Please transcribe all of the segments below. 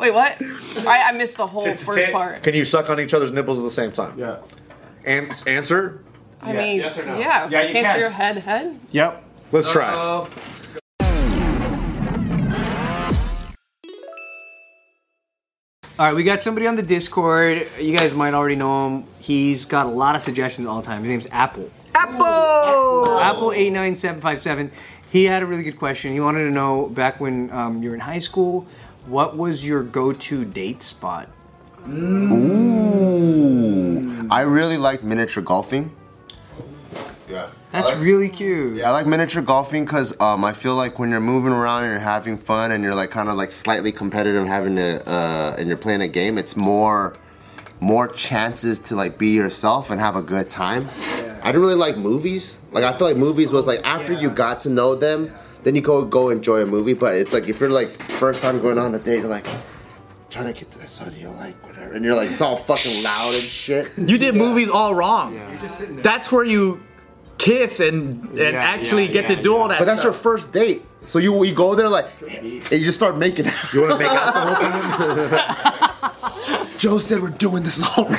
Wait, what? I, I missed the whole Tit to first tit. part. Can you suck on each other's nipples at the same time? Yeah. An- answer? I Yeah. mean, Yes or no? yeah. Yeah, you Can't can. your head head? Yep. Let's try. it. Uh, All right, we got somebody on the Discord. You guys might already know him. He's got a lot of suggestions all the time. His name's Apple. Apple. Apple eight nine seven five seven. He had a really good question. He wanted to know back when um, you were in high school, what was your go-to date spot? Ooh. I really like miniature golfing. yeah. That's I like- really cute. I like miniature golfing because um, I feel like when you're moving around and you're having fun and you're like kind of like slightly competitive, having to uh, and you're playing a game, it's more more chances to like be yourself and have a good time. I didn't really like movies. Like I feel like movies was like after you got to know them, then you go go enjoy a movie. But it's like if you're like first time going on a date, you're like trying to get to this, how do you like whatever, and you're like it's all fucking loud and shit. You did movies all wrong. That's where you kiss and and actually get to do all that. But that's your stuff. first date. So you you go there like, and you just start making out. You want to make out the whole time? Joe said we're doing this all wrong.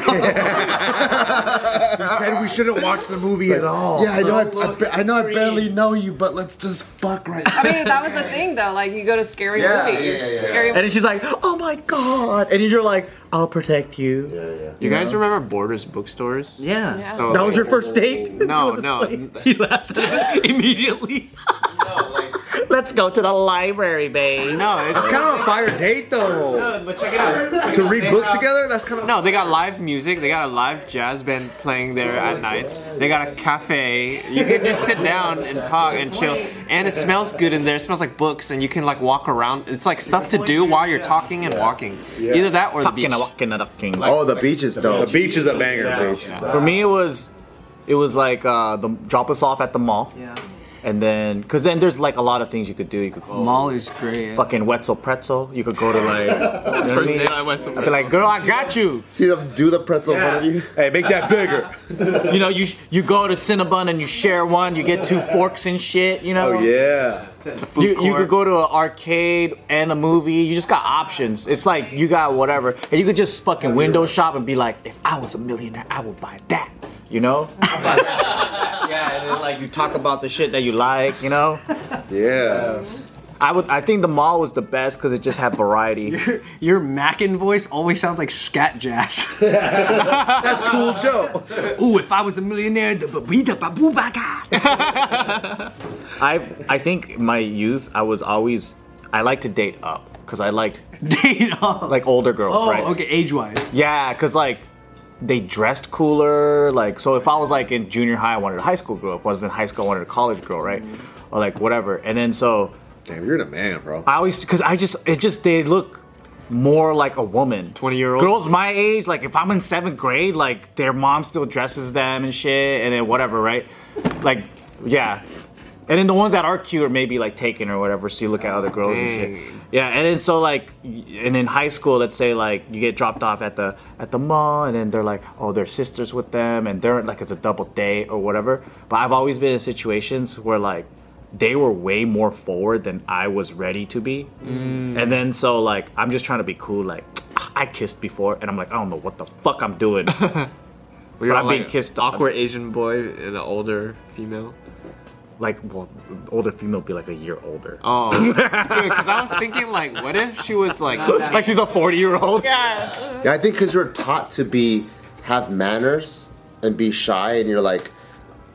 He said we shouldn't watch the movie at all. yeah, I know. I, I, ba- I know. I barely know you, but let's just fuck right I now. mean, that was the thing though. Like, you go to scary Yeah, movies. yeah, yeah, yeah. Scary And then she's like, "Oh my god!" And you're like, "I'll protect you." You guys remember Borders bookstores? Yeah. Yeah. So That was your first date? No, It was no. like- he left immediately. Let's go to the library, babe. No, it's It's kind of a fire date though. But check it out. To read They books have- together, that's kind of. No, they got live music. They got a live jazz band playing there at nights. They got a cafe. You can just sit down and talk and chill. And it smells good in there. It smells like books, and you can like walk around. It's like stuff to do while you're talking and walking. Either that or the beach. Fucking a walking a ducking. Oh, the beach is dope. The beach is a banger. Beach is dope. For me, it was, it was like uh, the drop us off at the mall, Yeah. and then because then there's like a lot of things you could do. You could go Mall is great. fucking Wetzel Pretzel. You could go to like. you know what I First mean? day I went to I'd be like, girl, I got you. See them do the pretzel in front of you. Hey, make that bigger. You know, you sh- you go to Cinnabon and you share one. You get two forks and shit. You know. Oh yeah. food you, you court. could go to an arcade and a movie. You just got options. It's like you got whatever, and you could just fucking window shop and be like, if I was a millionaire, I would buy that. You know? yeah, and then like you talk about the shit that you like. You know? Yeah. I would. I think the mall was the best because it just had variety. Your Mackin voice always sounds like scat jazz. That's cool, Joe. Ooh, if I was a millionaire, the babita babubaga. I I think my youth, I was always. I like to date up because I liked Date up. like older girls. oh, right? okay, age wise. Yeah, cause like they dressed cooler. Like so, if I was like in junior high, I wanted a high school girl. If I was in high school, I wanted a college girl, right? Or like whatever. And then so Damn, you're the man, bro. I always, cause I just it just they look more like a woman. 20-year-old? girls my age, like if I'm in seventh grade, like their mom still dresses them and shit, and then whatever, right? Like yeah. And then the ones that are cute are maybe like taken or whatever, so you look at other girls and shit. Dang. Yeah, and then so like, y- and in high school, let's say like you get dropped off at the at the mall, and then they're like, oh, their sisters with them, and they're like it's a double date or whatever. But I've always been in situations where like they were way more forward than I was ready to be, and then so like I'm just trying to be cool, like I kissed before, and I'm like I don't know what the fuck I'm doing. we were but I'm all, being like, kissed on. Awkward Asian boy and an older female. like, well, older female be like a year older. Oh, dude, because I was thinking like, what if she was like, like she's a 40 year old. Yeah, I think because you're taught to be have manners and be shy, and you're like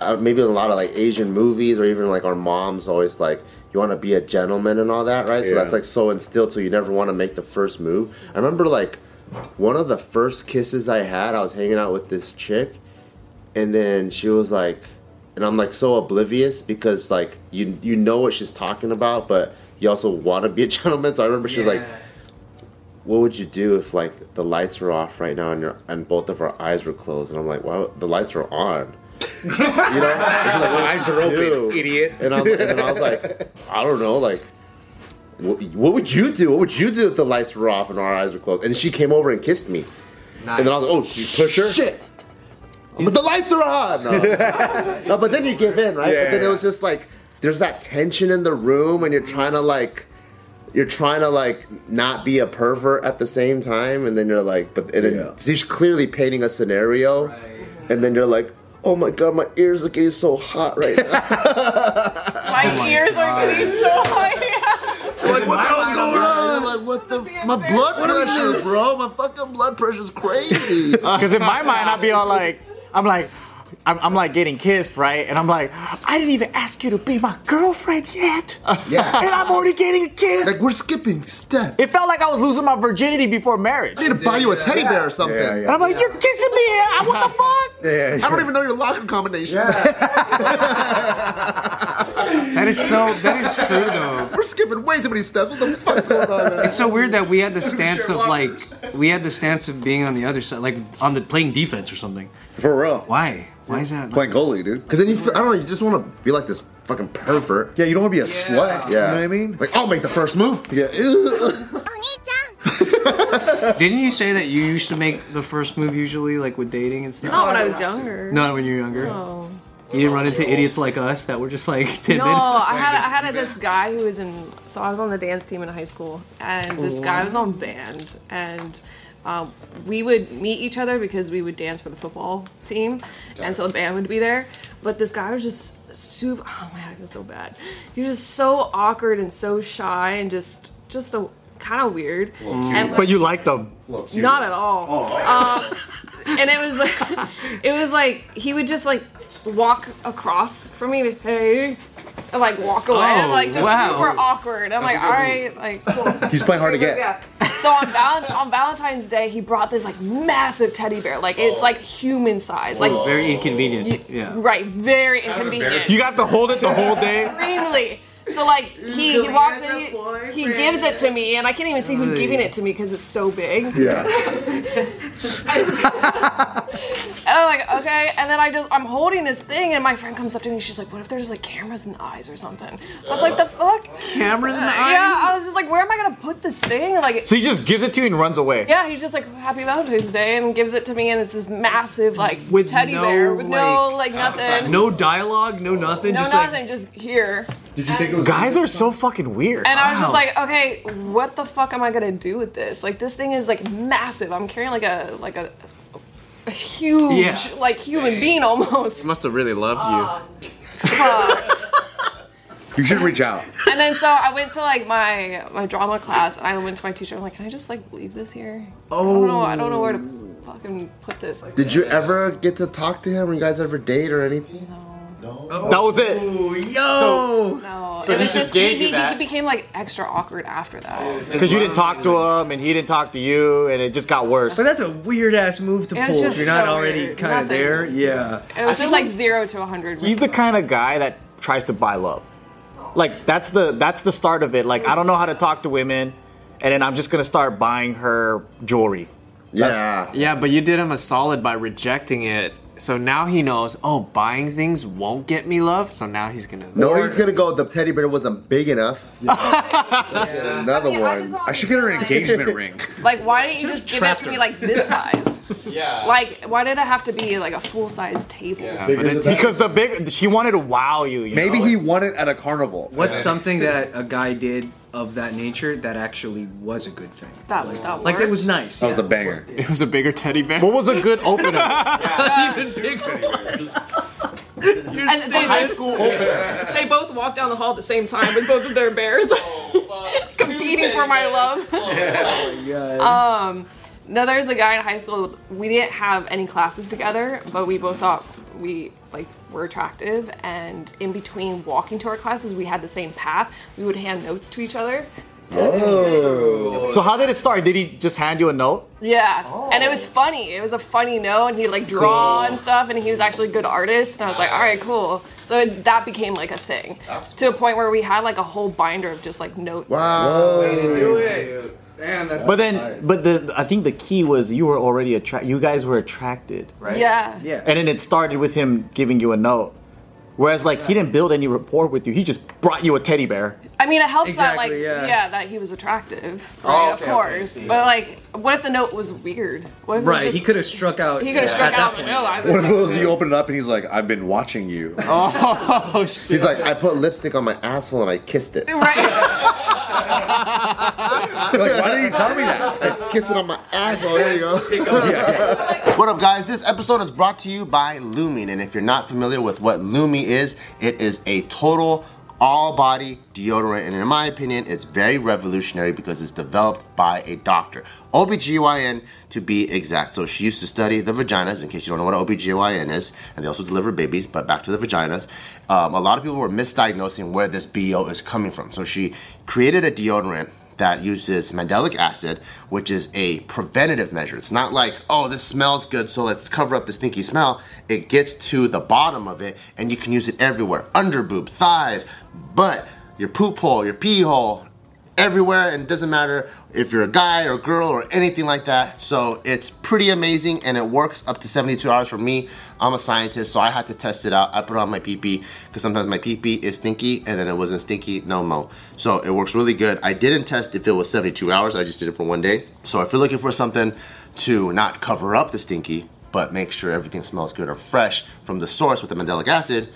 uh, maybe in a lot of like Asian movies or even like our moms always like you want to be a gentleman and all that, right? So Yeah. that's like so instilled, so you never want to make the first move. I remember like one of the first kisses I had, I was hanging out with this chick, and then she was like, and I'm like so oblivious because like you you know what she's talking about, but you also want to be a gentleman. So I remember she was like what would you do if like the lights were off right now and your and both of our eyes were closed? And I'm like, well, the lights are on. you know, And she's like, what would Eyes you are open, do? idiot. And, I'm, and then I was like, I don't know, like. What, what would you do? What would you do if the lights were off and our eyes were closed? And she came over and kissed me. And then I was like, oh, you push her? Shit! But the lights are on! No, No, but then you give in, right? But then Yeah. it was just like, there's that tension in the room and you're trying to like you're trying to like not be a pervert at the same time, and then you're like, but and then Yeah. 'cause he's clearly painting a scenario, and then you're like, oh my god, my ears are getting so hot right now. My ears are getting so high. like what the hell's going on? Like what the my blood pressure, this? bro? My fucking blood pressure's crazy. Because in my mind, I'd be all like, I'm like, I'm, I'm like getting kissed, right? And I'm like, I didn't even ask you to be my girlfriend yet. Yeah. and I'm already getting a kiss. Like we're skipping step. it felt like I was losing my virginity before marriage. I need to buy you a teddy bear or something. Yeah, yeah. And I'm like, you're kissing me. I, what the fuck? Yeah, yeah. I don't even know your locker combination. That is so. That is true though. We're skipping way too many steps. What the fuck's going on? Man? It's so weird that we had the stance share of like we had the stance of being on the other side, like on the playing defense or something. For real. Why? Why is that? Playing goalie, dude. Because then you, feel, I don't know, you just want to be like this fucking pervert. Yeah, you don't want to be a slut. You Yeah. know what I mean? Like, I'll make the first move. Yeah. ew. Didn't you say that you used to make the first move usually, like with dating and stuff? Not when I was younger. Not when you were younger. No. You didn't run into idiots like us that were just like timid. No, I had I had this guy who was in. So I was on the dance team in high school, and this guy was on band, and um, we would meet each other because we would dance for the football team, and so the band would be there. But this guy was just super. Oh my god, I feel so bad. He was just so awkward and so shy and just just a kind of weird. And, like, But you like them. not at all. Um, and it was like, it was like he would just like walk across from me, like, hey, and like walk away, Oh, like just wow. super awkward. I'm like, all right, like cool. He's playing hard to get. Yeah. So on, val- on Valentine's Day, he brought this like massive teddy bear, like it's like human size, like Very inconvenient. y- yeah. right, very inconvenient You got to hold it the whole day. extremely. So like he, he walks in, he, he gives it to me, and I can't even see who's giving it to me because it's so big. Yeah. and I'm like, okay, and then I just I'm holding this thing, and my friend comes up to me, she's like, what if there's like cameras in the eyes or something? I was like, the fuck? Cameras in the eyes. Yeah, I was just like, where am I gonna put this thing? Like. So he just gives it to you and runs away. yeah, he's just like Happy Valentine's Day and gives it to me, and it's this massive like With teddy no, bear with no like Yeah. nothing, No dialogue. No nothing. no just nothing, like just here. Guys are so fucking weird. And I was just Wow. like, okay, what the fuck am I gonna do with this? Like this thing is like massive. I'm carrying like a like a, a huge Yeah. like human being almost. Must have really loved you. You should reach out. and then so I went to like my my drama class and I went to my teacher. I'm like, can I just like leave this here? I don't know. I don't know where to fucking put this. Like, Did you ever get to talk to him? Or you guys ever date or anything? that was it. oh. yo. no. So it he was just just gave he, you he, that? he became like extra awkward after that. Because you didn't talk to him and he didn't talk to you and it just got worse. but that's a weird ass move to It was pull if just you're not so already weird. kind of Nothing. there. Yeah. It was just like zero to a hundred. He's the kind of guy that tries to buy love. Like that's the that's the start of it. Like I don't know how to talk to women, and then I'm just gonna start buying her jewelry. Yeah. Yeah, but you did him a solid by rejecting it. So now he knows, oh, buying things won't get me love. So now he's gonna. No, he's gonna go. The teddy bear wasn't big enough. Another I mean, I just one. I should get her an Like- engagement ring. Like, why didn't you just give it to me like this size? Yeah. Like, why did it have to be like a full size table? Yeah, but it Because the big she wanted to wow you. you Maybe know? he won it at a carnival. What's something that a guy did of that nature that actually was a good thing? That was that Like that worked. was nice. That was a banger. it was a bigger teddy bear. What was a good opener? Even bigger. And they, they, they both walked down the hall at the same time with both of their bears, competing for my love. Um, no, there's a guy in high school. We didn't have any classes together, but we both thought we like were attractive. And in between walking to our classes, we had the same path. We would hand notes to each other. so how did it start? Did he just hand you a note? Yeah, and it Oh. was funny. It was a funny note, and he'd like draw and stuff, and he was actually a good artist. And I was like, all right, cool. So it, that became like a thing, to a point where we had like a whole binder of just like notes. Oh, But then, but the I think the key was you were already attracted. You guys were attracted, right? Yeah. Yeah. And then it started with him giving you a note. Whereas like he didn't build any rapport with you. He just brought you a teddy bear. I mean, it helps that like Exactly, yeah. Oh, yeah. that he was attractive, right? okay, of okay, course. see. but like, what if the note was weird? What if it was Right. just- He could have struck out. He could have yeah, struck at that out in point. the middle. I was One of like, those you open it up and he's like, I've been watching you. He's like, I put lipstick on my asshole and I kissed it. right. You're like, why did he tell me that? Kissing on my asshole. There you go. What up, guys? This episode is brought to you by Lumi. And if you're not familiar with what Lumi is, it is a total all body deodorant. And in my opinion, it's very revolutionary because it's developed by a doctor, OBGYN to be exact. So she used to study the vaginas, in case you don't know what an OBGYN is. And they also deliver babies, but back to the vaginas. Um, a lot of people were misdiagnosing where this BO is coming from. So she created a deodorant that uses mandelic acid, which is a preventative measure. It's not like, oh, this smells good, so let's cover up the stinky smell. It gets to the bottom of it, and you can use it everywhere under boob, thighs, butt, your poop hole, your pee hole, everywhere, and it doesn't matter if you're a guy or girl or anything like that. So it's pretty amazing, and it works up to 72 hours for me. I'm a scientist, so I had to test it out. I put it on my PP because sometimes my PP is stinky, and then it wasn't stinky no more. So it works really good. I didn't test if it was 72 hours. I just did it for one day. So if you're looking for something to not cover up the stinky, but make sure everything smells good or fresh from the source with the mandelic acid,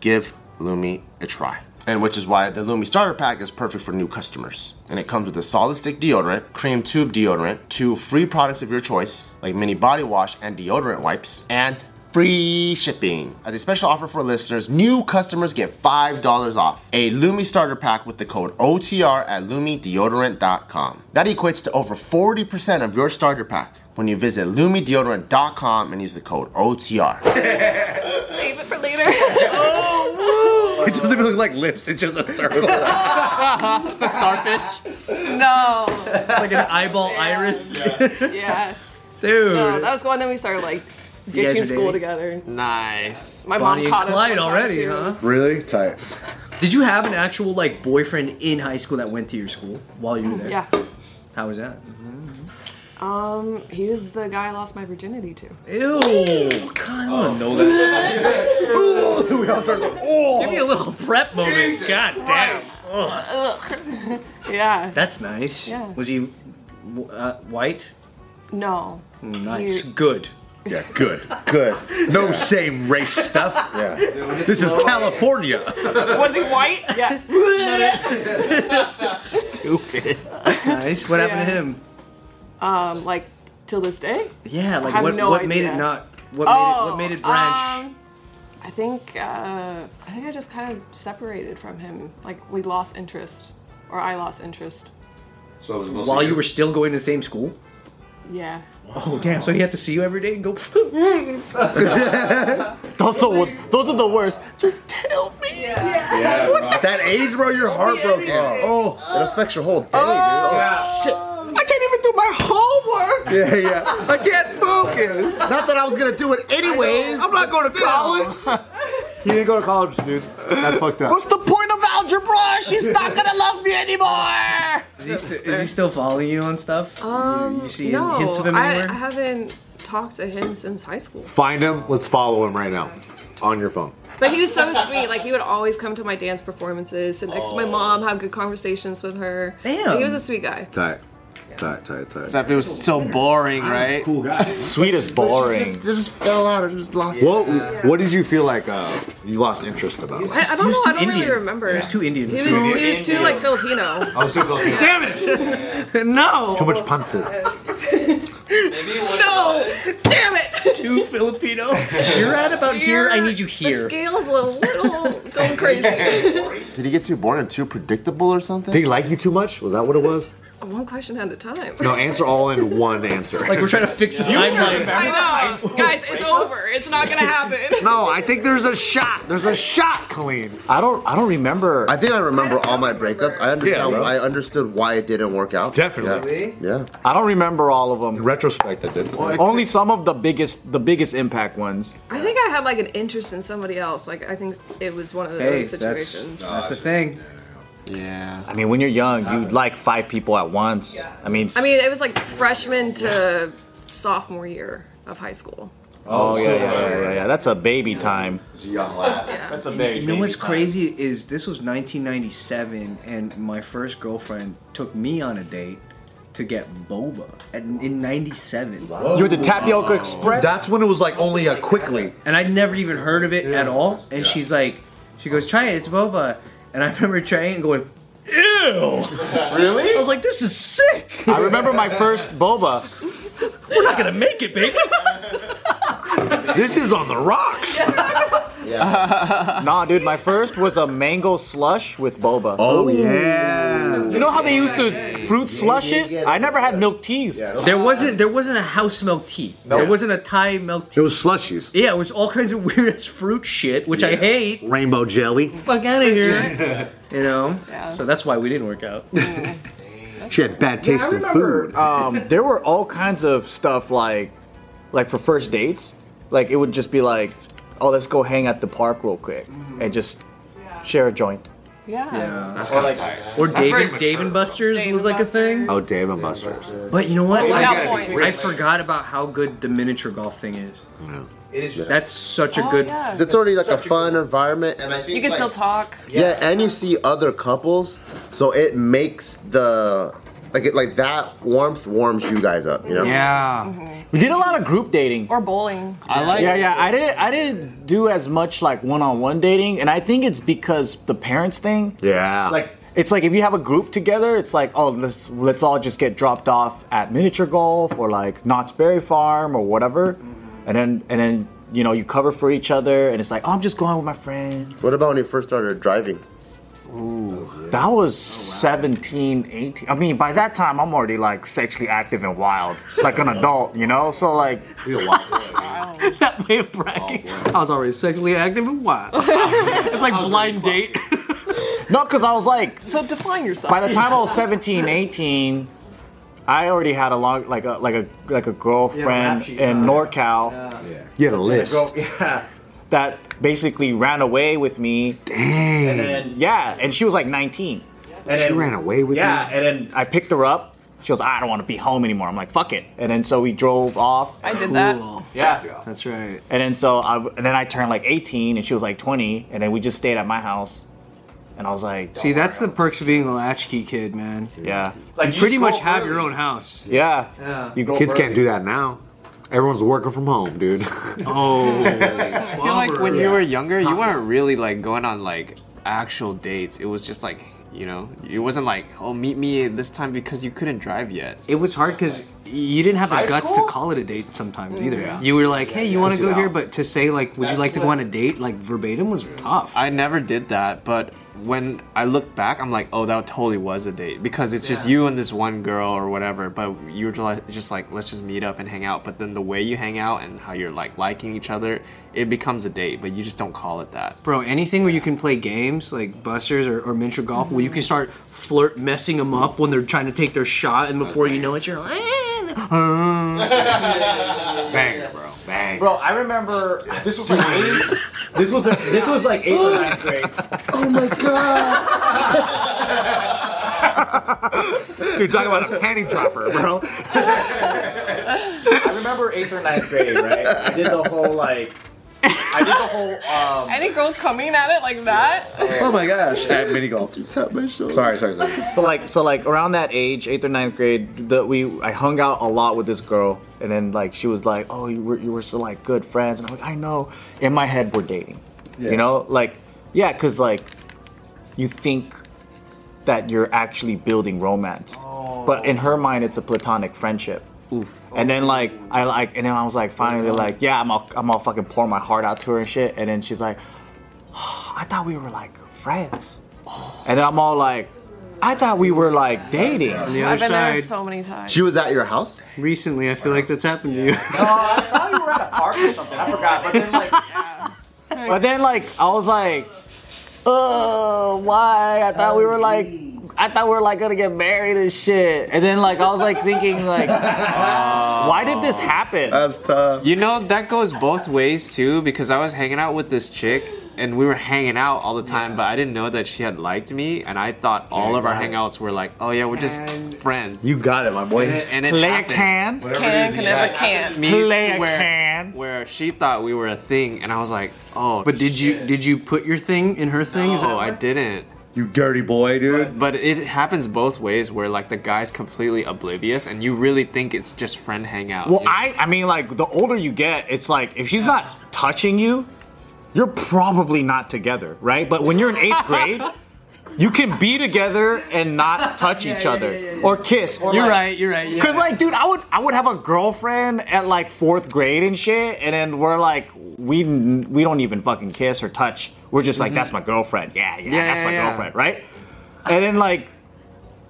give Lumi a try. And which is why the Lumi Starter Pack is perfect for new customers. And it comes with a solid stick deodorant, cream tube deodorant, two free products of your choice, like mini body wash and deodorant wipes, and free shipping. As a special offer for listeners, new customers get $5 off a Lumi Starter Pack with the code OTR at LumiDeodorant.com. That equates to over 40% of your starter pack when you visit LumiDeodorant.com and use the code OTR. Save it for later. It doesn't even look like lips. It's just a circle. It's a starfish. no. It's like an eyeball iris. Yeah. Dude. No, that was cool. And then we started like guys ditching are school dating? together. Nice. My mom Bonnie and caught us. Clyde one time, already, too. huh? really tight. Did you have an actual like boyfriend in high school that went to your school while you were there? Yeah. How was that? Um, he was the guy I lost my virginity to. Ew. God, I want to know that. we all start going. Oh, Give me a little prep moment. God damn. Ugh. Ugh. yeah. That's nice. Yeah. Was he w- uh, white? No. Nice. He- Good. yeah, good. Good. No same race stuff. Yeah. This is California. Was he white? Yes. That's nice. What happened to Yeah. him? um, like till this day. Yeah. Like have what? no what made it idea. not? What made it? What made it branch? um, I think uh, I think I just kind of separated from him. Like we lost interest, or I lost interest. So it was mostly While you were still going to the same school? Yeah. Oh damn! So he had to see you every day and go. Those are, those are the worst. That age, bro, you're heartbroken. Oh, It affects your whole day, dude. Oh, I can't even do my homework. yeah, yeah. I can't focus. Not that I was gonna do it anyways. I'm not going to college. You didn't go to college, dude. That's fucked up. What's the point of algebra? She's not gonna love me anymore. Is he, st- is he still following you on stuff? Um, you, you see no, hints of him I, anywhere? I haven't talked to him since high school. Find him. Let's follow him right now on your phone. But he was so sweet. Like he would always come to my dance performances, sit next to my mom, have good conversations with her. Damn. He was a sweet guy. Tight. Tight, tight, tight. Except it was so boring, right? Cool guy. Sweet is boring. just fell out. I just lost. Well, what did you feel like uh, you lost interest about? I, I don't He was know. too I don't Indian. really remember. He was too Indian. He was, he was too like Filipino. I was too close. Damn it! no. Too much pancit. no, damn it. Too Filipino. You're at about here. I need you The here. scale is a little going crazy. Did he get too boring and too predictable or something? Did he like you too much? Was that what it was? One question at a time. No, answer all in one answer. Like we're trying to fix the timeline. I know, guys. It's over. It's not gonna happen. no, I think there's a shot. There's a shot, Colleen. I don't. I don't remember. I think I remember all my breakups. I understand. Yeah, bro. I understood why it didn't work out. Definitely. Yeah. I don't remember all of them. Retrospect, I did. Only some of the biggest, the biggest impact ones. I think I had like an interest in somebody else. Like I think it was one of those Hey, that's, situations. that's the thing. Yeah. I mean, when you're young, you Uh-huh. like five people at once. I mean, I mean, it was like freshman to sophomore year of high school. oh yeah, yeah, yeah, yeah, yeah. That's a baby time. It's a young Oh, lad. Yeah. That's a very. You know what's crazy is this was 1997, and my first girlfriend took me on a date to get boba at, in 97. You went to Tapioca Express. That's when it was like only a quickly. and I'd never even heard of it at all. And she's like, she goes, try it, it's boba. And I remember trying it and going, ew. hell! Really? I was like, this is sick. I remember my first boba. We're not gonna make it, baby. This is on the rocks. nah, dude, my first was a mango slush with boba. Oh yeah. You know how they used to fruit slush yeah, it? yeah, I never had milk teas. There wasn't there wasn't a house milk tea. There wasn't a Thai milk It tea. was slushies. Yeah, it was all kinds of weird ass fruit shit, which I hate. Rainbow jelly. Fuck out of here. you know. Yeah. So that's why we didn't work out. She had bad taste in food. Um, there were all kinds of stuff like, like for first dates, like it would just be like, oh, let's go hang at the park real quick and just share a joint. Yeah. Or very Dave, mature, Dave and Buster's Dave was and like a thing. Oh Dave and Buster's. But you know what? Without I, points. I forgot about how good the miniature golf thing is. It is. That's such a Oh, good. yeah. It's already like a fun environment, and I think You can like- still talk. Yeah, and you see other couples, so it makes the like it like that warmth warms you guys up. You know. Yeah. We did a lot of group dating. Or bowling. I like. Yeah, yeah. I didn't I didn't do as much like one-on-one dating, and I think it's because the parents thing. Yeah. Like it's like if you have a group together, it's like, oh, let's let's all just get dropped off at miniature golf or like Knott's Berry Farm or whatever. And then and then you know, you cover for each other and it's like, oh, I'm just going with my friends. What about when you first started driving? That was 17, 18. I mean, by that time I'm already like sexually active and wild. Like an adult, you know? So like That way of bragging. I was already sexually active and wild. it's like blind date. no, because I was like So define yourself. by the time I was 17, 18, I already had a long like a like a like a girlfriend sheet, in huh? NorCal you had a list. that basically ran away with me. Dang. And yeah, and she was like 19. And she ran away with Yeah, you. and then I picked her up. She goes, "Ah, I don't want to be home anymore. I'm like, fuck it. And then so we drove off. I did that. Yeah. That's right. And then so I and then I turned like 18 and she was like 20 and then we just stayed at my house. And I was like, "Oh, See, that's the perks of being a latchkey kid, man. yeah. Like you pretty much have your own house. Yeah. Yeah. You grow Kids up early. can't do that now. Everyone's working from home, dude. Oh, I feel like when you were younger, you weren't really like going on like actual dates. It was just like you know, it wasn't like oh meet me at this time because you couldn't drive yet. it was hard because you didn't have the guts to call it a date sometimes either. You were like, hey, you want to go here, but to say like, would you like to go on a date? Like verbatim was tough. I never did that, but when I look back, I'm like, oh, that totally was a date because it's just you and this one girl or whatever. But you were just like- just like, let's just meet up and hang out. But then the way you hang out and how you're like liking each other, it becomes a date, but you just don't call it that. Bro, anything where you can play games like Busters or, or miniature golf, where you can start flirt messing them up when they're trying to take their shot, and before you know it, you're like, "Ah." Banger, bro. Bang. Bro, I remember uh, this was like eight. This was this was like eighth or ninth grade. Oh my god! Dude, talk about a panty dropper, bro. I remember eighth or ninth grade, right? I did the whole like, I did the whole. Um, Any girl coming at it like that? Oh my gosh! At mini golf. Sorry, sorry, sorry. so like, so like around that age, eighth or ninth grade, the, we I hung out a lot with this girl, and then like she was like, oh, you were you were so like good friends, and I'm like, I know. In my head, we're dating. You know, like, yeah, cause like, you think that you're actually building romance, but in her mind, it's a platonic friendship. And then like I like, and then I was like, finally like, yeah, I'm all I'm all fucking pour my heart out to her and shit. And then she's like, I thought we were like friends. And then I'm all like, I thought we were like dating. on the I've other been there side. so many times. She was at your house. Recently, I feel like that's happened to you. I thought we were at a park or something. I forgot. But then like, but then like, I was like, uh, why? I thought we were like. I thought we were like gonna get married and shit, and then like I was like thinking like, why did this happen? That's tough. You know, that goes both ways too, because I was hanging out with this chick and we were hanging out all the time, but I didn't know that she had liked me, and I thought all of our hangouts were like, oh yeah, we're just friends. You got it, my boy. and it, and it Play a happened. can. can, can, never can. Me Play to a where, can. where she thought we were a thing, and I was like, oh, But did you did you put your thing in her thing? Is that no, I what- didn't. You dirty boy, dude. But it happens both ways, where like the guy's completely oblivious, and you really think it's just friend hangout. Well, you know? I I mean like the older you get, it's like if she's not touching you, you're probably not together, right? But when you're in eighth grade, You can be together and not touch each other or kiss. You're like- right. You're right. Yeah. Cause like, dude, I would I would have a girlfriend at like fourth grade and shit, and then we're like, we we don't even fucking kiss or touch. We're just like, that's my girlfriend. Yeah, yeah, Mm-hmm. Yeah, that's yeah, my yeah. girlfriend, right? And then like,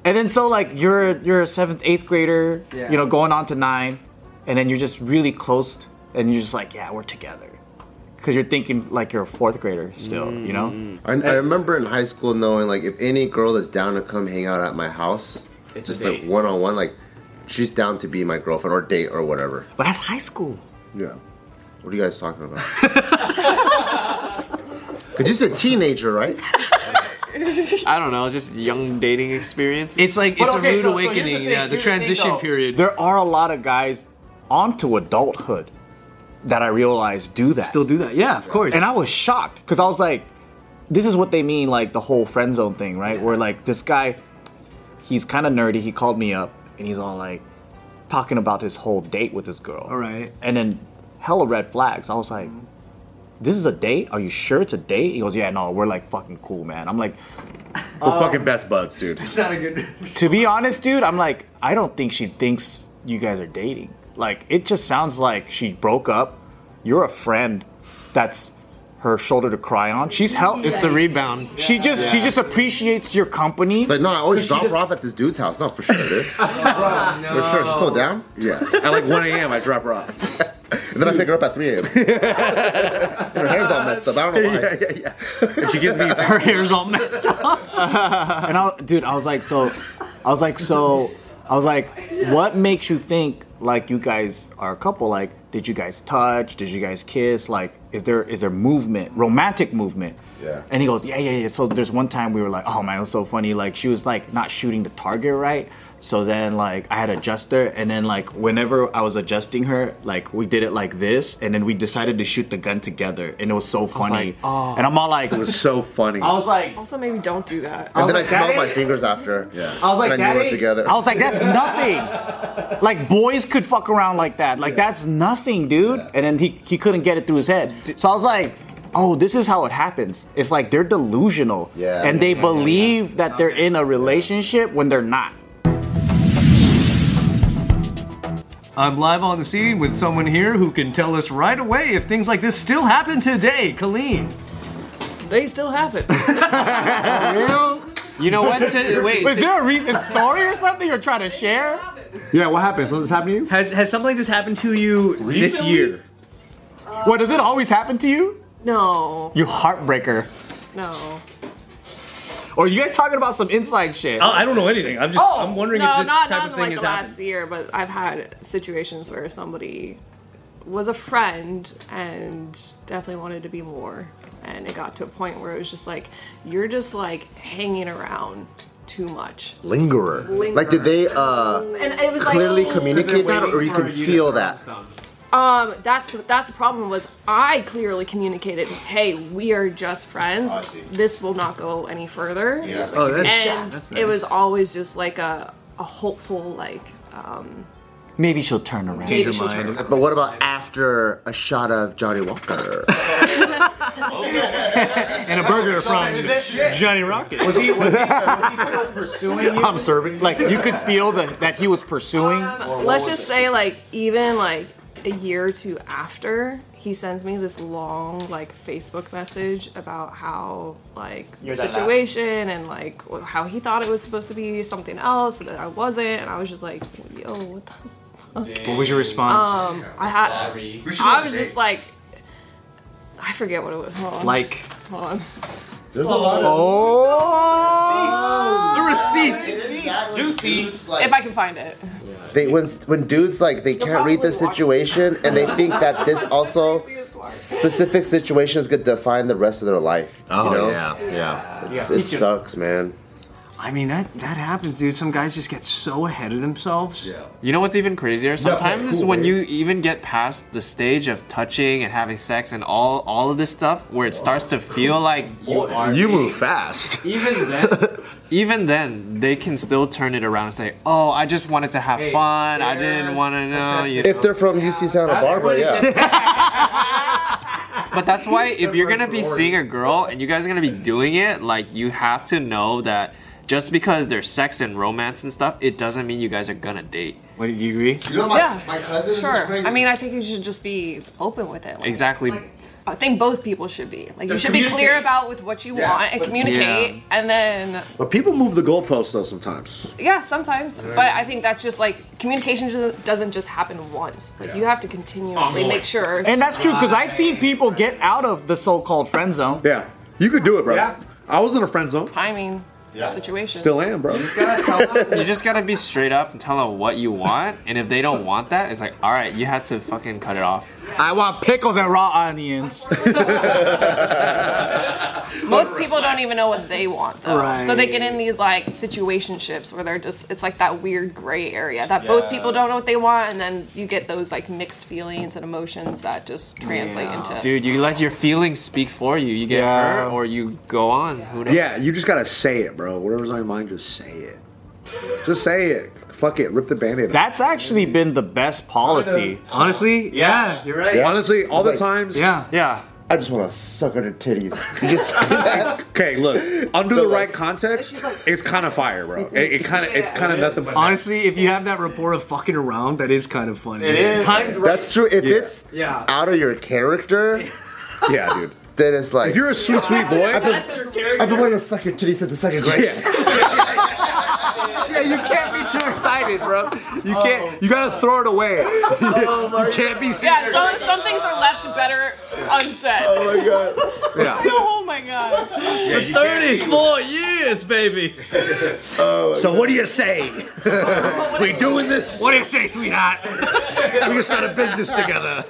and then so like, you're you're a seventh, eighth grader, Yeah. you know, going on to nine, and then you're just really close, and you're just like, yeah, we're together, cause you're thinking like you're a fourth grader still, you Mm-hmm. know? I, I remember in high school knowing like if any girl is down to come hang out at my house, It's just a like date. one on one, like she's down to be my girlfriend or date or whatever. But that's high school. Yeah. What are you guys talking about? Cause you're a teenager, right? I don't know, just young dating experience. it's like But it's okay, a rude so- so here's the awakening. thing, yeah, the here's the thing, transition though. period. There are a lot of guys onto adulthood that I realize do that. They'll do that. Yeah, of course. and I was shocked because I was like, this is what they mean, like the whole friend zone thing, right? Where like this guy, he's kind of nerdy. He called me up and he's all like talking about his whole date with this girl. All right. And then hella red flags. I was like, this is a date? Are you sure it's a date? He goes, yeah, no, we're like fucking cool, man. I'm like, We're fucking best buds, dude. it's not a good. to be honest, dude, I'm like, I don't think she thinks you guys are dating. Like, it just sounds like she broke up. You're a friend. That's her shoulder to cry on. She's help. It's the rebound. She just she just appreciates your company. Like no, I always drop her off at this dude's house. No, for sure, dude. For sure, she's still down. Yeah. At like 1 a.m., I drop her off. And then I pick her up at 3 a.m. her hair's all messed up. I don't know why. Yeah, yeah, yeah. And she gives me Her hair's all messed up. And I, dude, I was like, so, I was like, so, I was like, what makes you think like you guys are a couple? Like, did you guys touch? Did you guys kiss? Like, is there is there movement, romantic movement? Yeah. And he goes, yeah, yeah, yeah. So there's one time we were like, oh man, it was so funny. Like she was like not shooting the target right. So then like I had adjust her, and then like whenever I was adjusting her, like we did it like this, and then we decided to shoot the gun together, and it was so funny. like, oh. And I'm all like, It was so funny. I was like. Also, maybe don't do that. And then I like, that smelled my is- fingers after. Yeah. I was like, And I that knew we're ain't- together. I was like, that's nothing. like boys could fuck around like that. Like that's nothing, dude. And then he he couldn't get it through his head. So I was like, oh, this is how it happens. It's like they're delusional. Yeah. And they believe that they're in a relationship when they're not. I'm live on the scene with someone here who can tell us right away if things like this still happen today. Colleen. They still have it. You know what? To, wait, Is there a recent story or something you're trying to share? Yeah, what happened? Something's happened to you? Has, has something like this happened to you this year? What does it always happen to you? No, You heartbreaker. no. Or you guys talking about some inside shit? I I don't know anything. I'm just I'm wondering no, if this not, type not of in, thing like has the happened. last year, but I've had situations where somebody was a friend and definitely wanted to be more, and it got to a point where it was just like you're just like hanging around too much, Lingerer. Like, did they uh, and it was clearly like oh, communicate that, or you could feel that? Um, that's the- that's the problem. Was I clearly communicated, hey, we are just friends. This will not go any further. Oh, that's, And that's it was nice. always just like a, a hopeful like um, Maybe she'll turn around. maybe your she'll mind. turn around. But what about after a shot of Johnny Walker? and a burger from Johnny Rocket. I'm serving. Like you could feel that that he was pursuing. Let's just say like even like a year or two after. He sends me this long like Facebook message about how like the that loud. situation and like wh- how he thought it was supposed to be something else that I wasn't, and I was just like, yo, what the What was your response? Um, I had. I was just like, I forget what it was. Hold on. like hold on. Oh. the receipts. If I can find it. they when when dudes like they can't read the situation and they think that this also specific situations could define the rest of their life. Oh, you know? yeah, yeah. It's- It sucks, man. I mean that that happens, dude. Some guys just get so ahead of themselves. Yeah. You know what's even crazier? Sometimes when you even get past the stage of touching and having sex and all all of this stuff, where it starts to feel like you are You being- move fast. Even then, even then, they can still turn it around and say, "Oh, I just wanted to have fun. I didn't want to know." You If they're from UC Santa Barbara, yeah. but that's why if you're gonna be seeing a girl and you guys are gonna be doing it, like you have to know that just because there's sex and romance and stuff, it doesn't mean you guys are gonna date. What did you agree? You know, my, Yeah. my cousin is Sure. crazy. I mean, I think you should just be open with it. Like, Exactly. I think both people should be. Like, you Just should be clear communicate. about with what you want and communicate, and then But people move the goalposts though sometimes. yeah, sometimes. But I think that's just like communication just doesn't just happen once. Like, you have to continuously make sure. And that's true because I've seen people get out of the so-called friend zone. Yeah, you could do it, bro. I was in a friend zone. timing situation. Still am, bro. You just gotta be straight up and tell them what you want, and if they don't want that, it's like, all right, you had to fucking cut it off. I want pickles and raw onions. Most people don't even know what they want though. Right. So they get in these like situationships where they're just it's like that weird gray area that both people don't know what they want and then you get those like mixed feelings and emotions that just translate into Dude, you let your feelings speak for you. You get Yeah. hurt or you go on. Who knows? Yeah, you just gotta say it, bro. Whatever's on your mind, just say it. Just say it. Fuck it. Rip the band-aid off. That's actually been the best policy. Honestly, yeah, you're right. Yeah. Honestly, all the times. Yeah. I just want to suck on her titties. Okay, look. Under the right uh, context, it's kind of fire, bro. It, it kind of, it's kind of nothing. But Honestly, if you have that rapport of fucking around, that is kind of funny. It is. Timed right. That's true. If it's Yeah. out of your character, yeah, dude. then it's like If you're a sweet, sweet boy, I've been wanting to suck your titties since the second grade. Yeah, you can't be too excited, bro. You can't. You gotta throw it away. you can't be. Yeah, so some things are left better unsaid. Oh my god. Yeah. oh my god. Thirty-four years, baby. so what do you say? we doing this? What do you say, sweetheart? We can start a business together.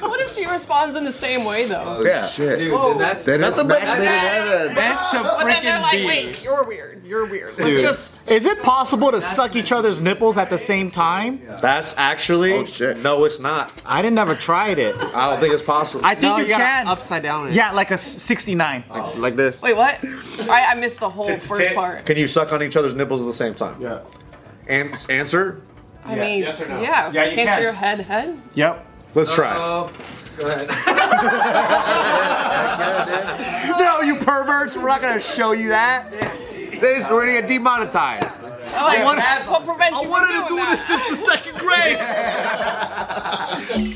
What if she responds in the same way though? Yeah. Oh, Shit. Dude, then that's Then it's But match- that's a But then they're freaking like, beat. wait, you're weird. You're weird. Let's just Is it possible to suck each other's nipples at the same time? That's actually. Oh, shit. No, it's not. I didn't never tried it. I don't think it's possible. I think No, you, you, gotta can. upside down. it. yeah, like a s- 69. Like this. wait, what? I, I missed the whole first part. Can you suck on each other's nipples at the same time? Yeah. An- answer. I mean, Yes or no? yeah. Yeah, you Can't can. your head head? Yep. Let's try. go ahead. No, you perverts. We're not gonna show you that. This we're gonna get demonetized. Oh, like, what prevents you from I wanted to doing do that? this since the second grade.